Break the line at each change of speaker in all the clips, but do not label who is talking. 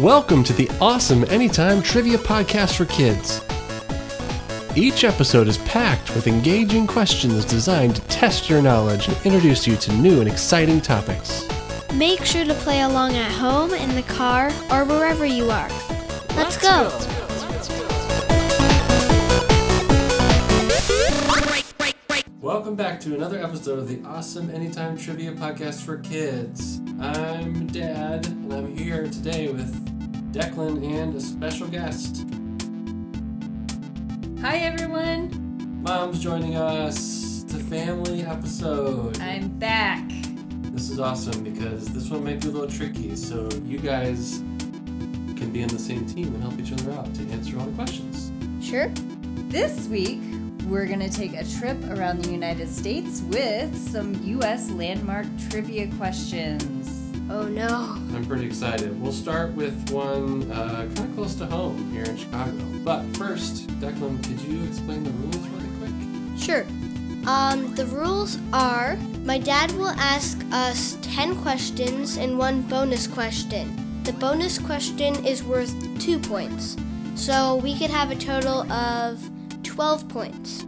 Welcome to the Awesome Anytime Trivia Podcast for Kids. Each episode is packed with engaging questions designed to test your knowledge and introduce you to new and exciting topics.
Make sure to play along at home, in the car, or wherever you are. Let's, go.
Welcome back to another episode of the Awesome Anytime Trivia Podcast for Kids. I'm Dad, and I'm here today with Declan and a special guest.
Hi everyone,
Mom's joining us. It's a family episode.
I'm back.
This is awesome because this one might be a little tricky, so you guys can be on the same team and help each other out to answer all the questions.
Sure. This week, we're going to take a trip around the United States with some US landmark trivia questions.
Oh no.
I'm pretty excited. We'll start with one uh, kind of close to home here in Chicago. But first, Declan, could you explain the rules really quick?
Sure. Um, the rules are my dad will ask us 10 questions and one bonus question. The bonus question is worth 2 points, so we could have a total of 12 points.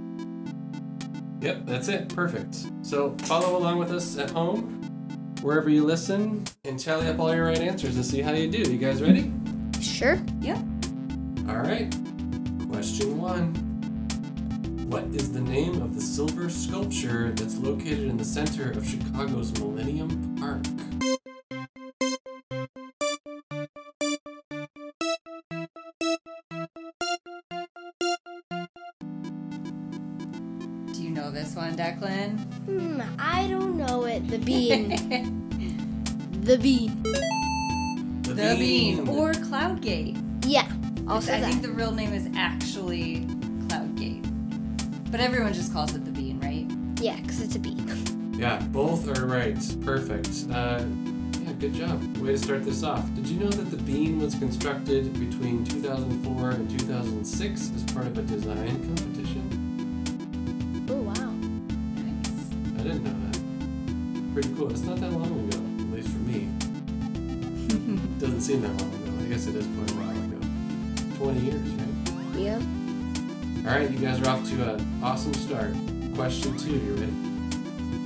Yep, that's it. Perfect. So follow along with us at home, wherever you listen, and tally up all your right answers and see how you do. You guys ready?
Sure.
Yep.
All right. Question one. What is the name of the silver sculpture that's located in the center of Chicago's Millennium Park?
Do you know this one, Declan?
Hmm, I don't know it. The bean. the bean.
The,
the Bean or Cloudgate.
Yeah. Also
I
that.
think the real name is actually Cloudgate. But everyone just calls it the Bean, right?
Yeah, 'cause it's a bean.
yeah, both are right. Perfect. Uh, yeah, good job. Way to start this off. Did you know that the bean was constructed between 2004 and 2006 as part of a design competition?
Oh wow.
Nice.
I didn't know that. Pretty cool. It's not that long ago, at least for me. Doesn't seem that long ago. I guess it is quite a while ago. 20 years, right?
Yeah.
All right, you guys are off to an awesome start. Question two, you ready?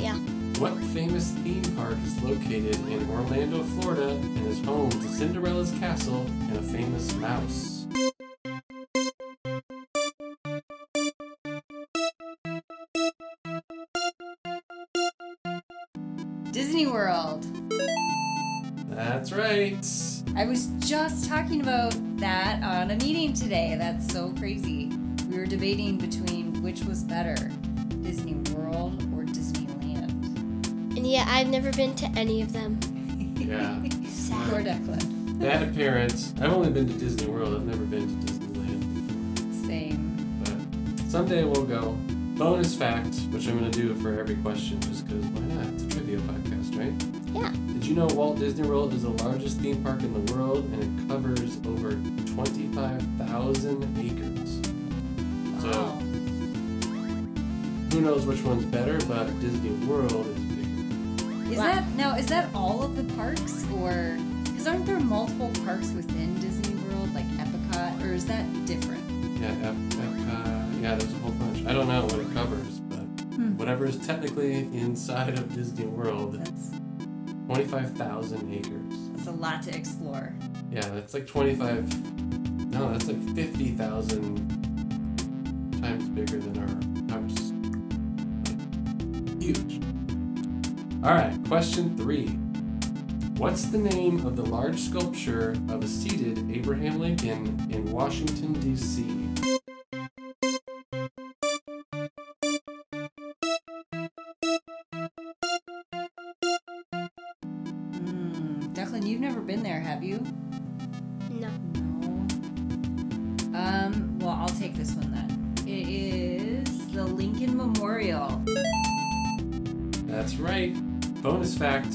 Yeah.
What famous theme park is located in Orlando, Florida, and is home to Cinderella's castle and a famous mouse?
Disney World.
That's right.
I was just talking about that on a meeting today. That's so crazy. We were debating between which was better, Disney World or Disneyland.
And yeah, I've never been to any of them.
Yeah.
Poor
Sad.
Declan.
Bad parents. I've only been to Disney World. I've never been to Disneyland.
Same.
But someday we'll go. Bonus fact, which I'm going to do for every question just because why not? It's a trivia podcast, right?
Yeah.
Did you know Walt Disney World is the largest theme park in the world and it covers over 25,000 acres? So-
Wow.
Who knows which one's better, but Disney World is bigger.
Is
Wow.
that now? Is that all of the parks, or because aren't there multiple parks within Disney World, like Epcot, or is that different?
Yeah, Ep- Epcot. Yeah, there's a whole bunch. I don't know what it covers, but
Hmm.
whatever is technically inside of Disney World,
That's
25,000 acres.
that's a lot to explore.
Yeah, that's like 25. No, that's like 50,000 times bigger than our house. Like, Huge. All right, question three. What's the name of the large sculpture of a seated Abraham Lincoln in Washington, D.C.?
Mm. Declan, you've never been there, have you?
No.
No. Um, well, I'll take this one then. It is the Lincoln Memorial.
That's right. Bonus fact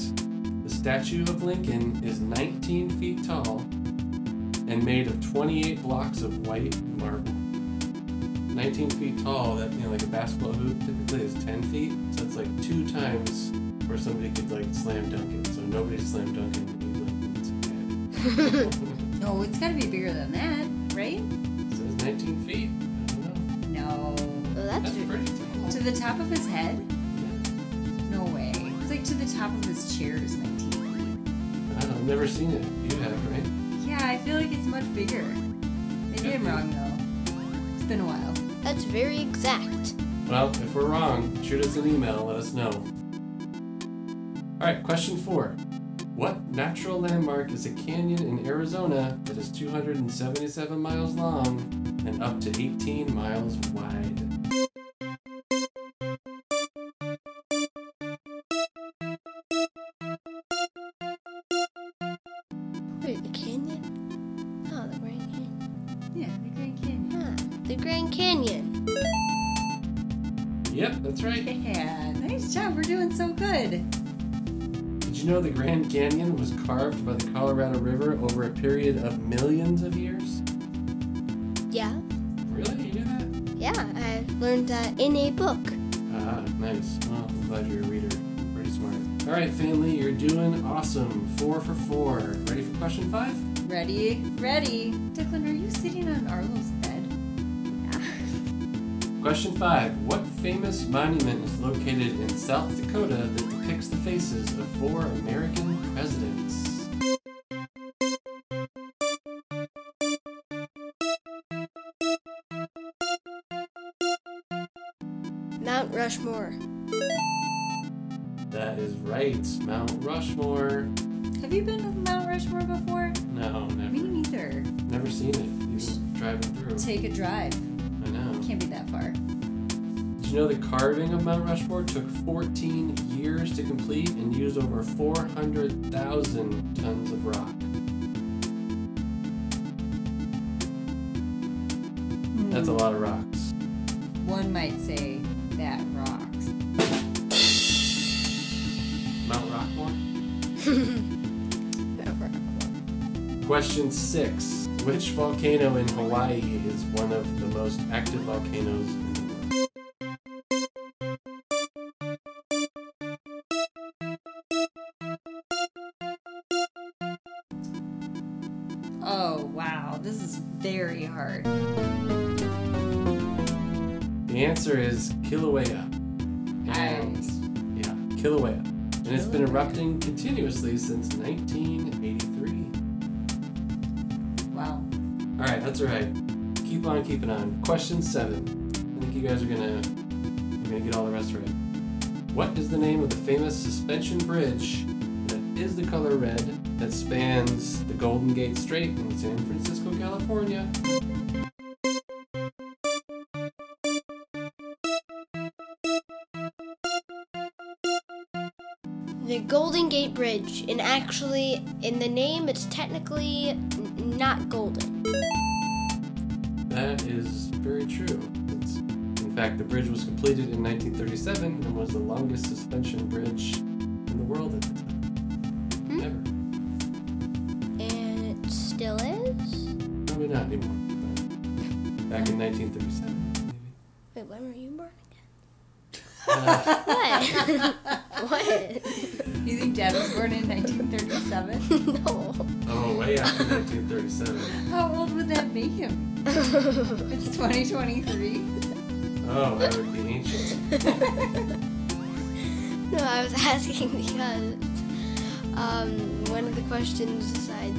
the statue of Lincoln is 19 feet tall and made of 28 blocks of white marble. 19 feet tall, that, you know, like a basketball hoop typically is 10 feet. So it's like two times where somebody could, like, slam dunk it. So nobody's slam dunking Abe Lincoln's head.
No, it's gotta be bigger than that, right?
It says 19 feet. I don't know.
No.
Well, that's,
That's pretty
To
tall.
the top of his head?
Yeah.
No way. It's like to the top of his chair is 19 feet.
I don't know. I've never seen it. You have, right?
Yeah, I feel like it's much bigger. Maybe I'm wrong though. It's been a while.
that's very exact.
Well, if we're wrong, shoot us an email and let us know. Alright, question four. What natural landmark is a canyon in Arizona that is 277 miles long and up to 18 miles wide?
Wait, the canyon? Oh, the Grand Canyon.
Yeah, the Grand Canyon.
Ah, the Grand Canyon.
Yep, that's right.
Yeah, nice job. We're doing so good.
Did you know the Grand Canyon was carved by the Colorado River over a period of millions of years?
Yeah,
Really? You knew that?
yeah, I learned that in a book.
Ah, nice. Well, I'm glad you're a reader. Pretty smart. Alright, family, you're doing awesome. Four for four. Ready for question five?
Ready? Ready. Declan, are you sitting on Arlo's bed?
Question five. What famous monument is located in South Dakota that depicts the faces of four American presidents?
Mount Rushmore.
That is right. Mount Rushmore.
Have you been to Mount Rushmore before?
No,
Me
never,
neither.
never seen it. Even driving through.
Take a drive.
I know.
Can't be that far.
Did you know the carving of Mount Rushmore took 14 years to complete and used over 400,000 tons of rock? That's a lot of rocks.
One might say that rocks.
Mount Rockmore.
Mount Rushmore.
Question six. Which volcano in Hawaii is one of the most active volcanoes in the world?
Oh, wow. This is very hard.
The answer is Kilauea. And- yeah, Kilauea. And it's been
Kilauea.
erupting continuously since 1983.
Wow.
All right, that's all right. Keep on keeping on. Question seven. I think you guys are gonna you're gonna get all the rest right. What is the name of the famous suspension bridge that is the color red that spans the Golden Gate Strait in San Francisco, California?
The Golden Gate Bridge, and actually, in the name, it's technically n- not golden.
That is very true. It's, in fact, the bridge was completed in 1937 and was the longest suspension bridge in the world at the time.
Hmm.
Never.
And it still is?
Probably not anymore. but Back in 1937, maybe.
Wait, when were you born
Uh,
again? What? what?
You think Dad was born in 1937?
no.
oh, way after 1937.
How old would that make him? It's 2023?
Oh, I would be ancient.
No, I was asking because um, one of the questions is I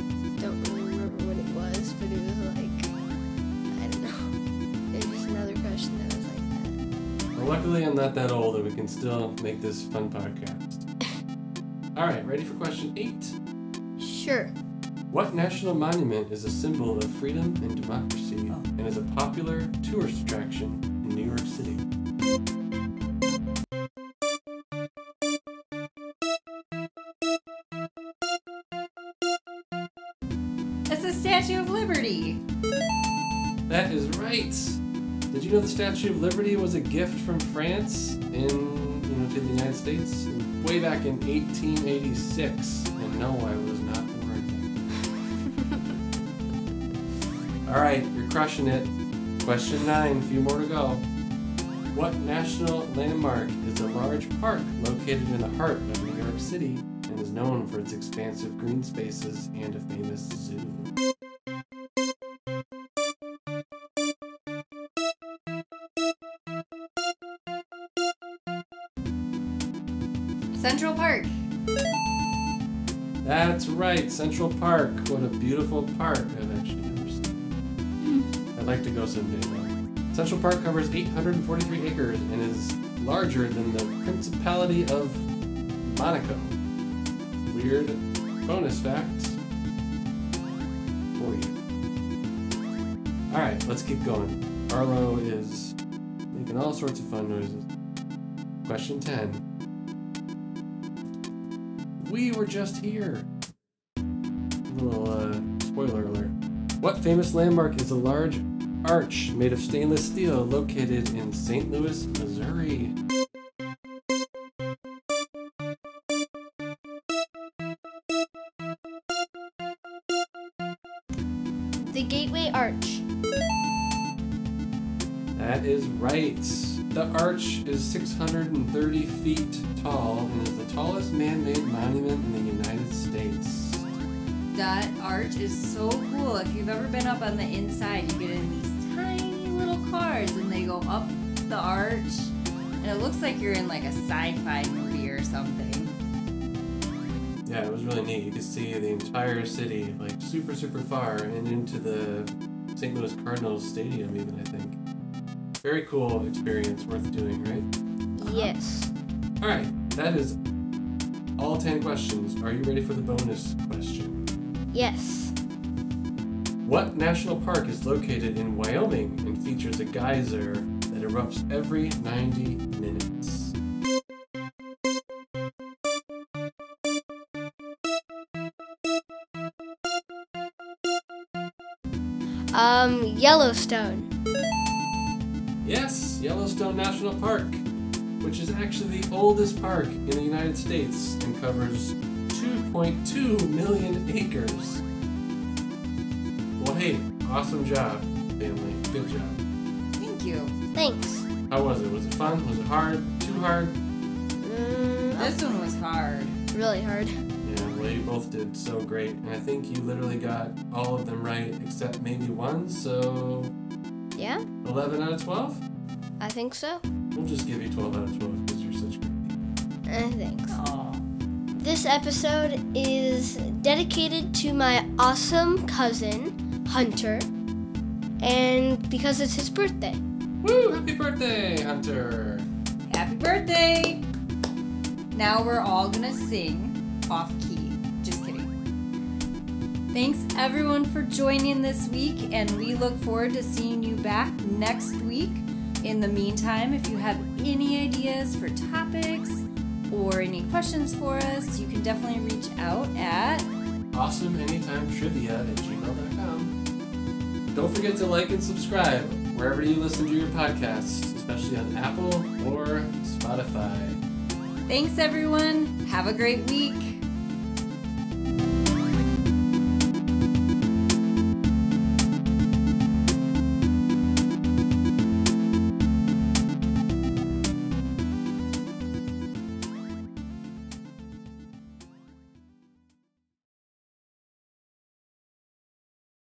don't really remember what it was, but it was like I don't know. It was just another question that was like
Well, luckily, I'm not that old, and we can still make this fun podcast. All right, ready for question eight?
that. Sure.
What national monument is a symbol of freedom and democracy and is a popular tourist attraction in New York City?
It's the Statue of Liberty.
That is right. Did you know the Statue of Liberty was a gift from France in, you know, to the United States way back in 1886? And no, I was not born. then. All right, you're crushing it. Question nine, few more to go. What national landmark is a large park located in the heart of New York City and is known for its expansive green spaces and a famous zoo? That's right, Central Park. What a beautiful park I've actually never seen. I'd like to go someday. though. Central Park covers 843 acres and is larger than the Principality of Monaco. Weird bonus fact for you. All right, let's keep going. Arlo is making all sorts of fun noises. Question 10. We were just here. Little uh, spoiler alert. What famous landmark is a large arch made of stainless steel located in St. Louis, Missouri?
The Gateway Arch.
That is right. The arch is 630 feet tall and is the tallest man made monument in the United States.
That arch is so cool. If you've ever been up on the inside, you get in these tiny little cars and they go up the arch. And it looks like you're in like a sci fi movie or something.
Yeah, it was really neat. You could see the entire city, like super, super far, and into the St. Louis Cardinals Stadium, even, I think. Very cool experience, worth doing, right?
Uh-huh. Yes.
All right, that is all 10 questions. Are you ready for the bonus question?
Yes.
What national park is located in Wyoming and features a geyser that erupts every 90 minutes?
Um, Yellowstone.
Yes, Yellowstone National Park, which is actually the oldest park in the United States and covers 2.2 million acres. Well, hey, awesome job, family. Good job.
Thank you.
Thanks.
How was it? Was it fun? Was it hard? Too hard?
Mm,
This one was hard.
that's really hard.
Yeah, well, you both did so great, and I think you literally got all of them right except maybe one, so
Yeah,
11 out of 12?
I think so.
We'll just give you 12 out of 12 because you're such great.
Uh, thanks.
Aw.
This episode is dedicated to my awesome cousin, Hunter, and because it's his birthday.
Woo! Happy birthday, Hunter!
Happy birthday! Now we're all gonna sing off key. Just kidding. Thanks everyone for joining this week, and we look forward to seeing you back next week. In the meantime, if you have any ideas for topics or any questions for us, you can definitely reach out at
awesomeanytimetrivia at gmail.com. Don't forget to like and subscribe wherever you listen to your podcasts, especially on Apple or Spotify.
Thanks everyone. Have a great week.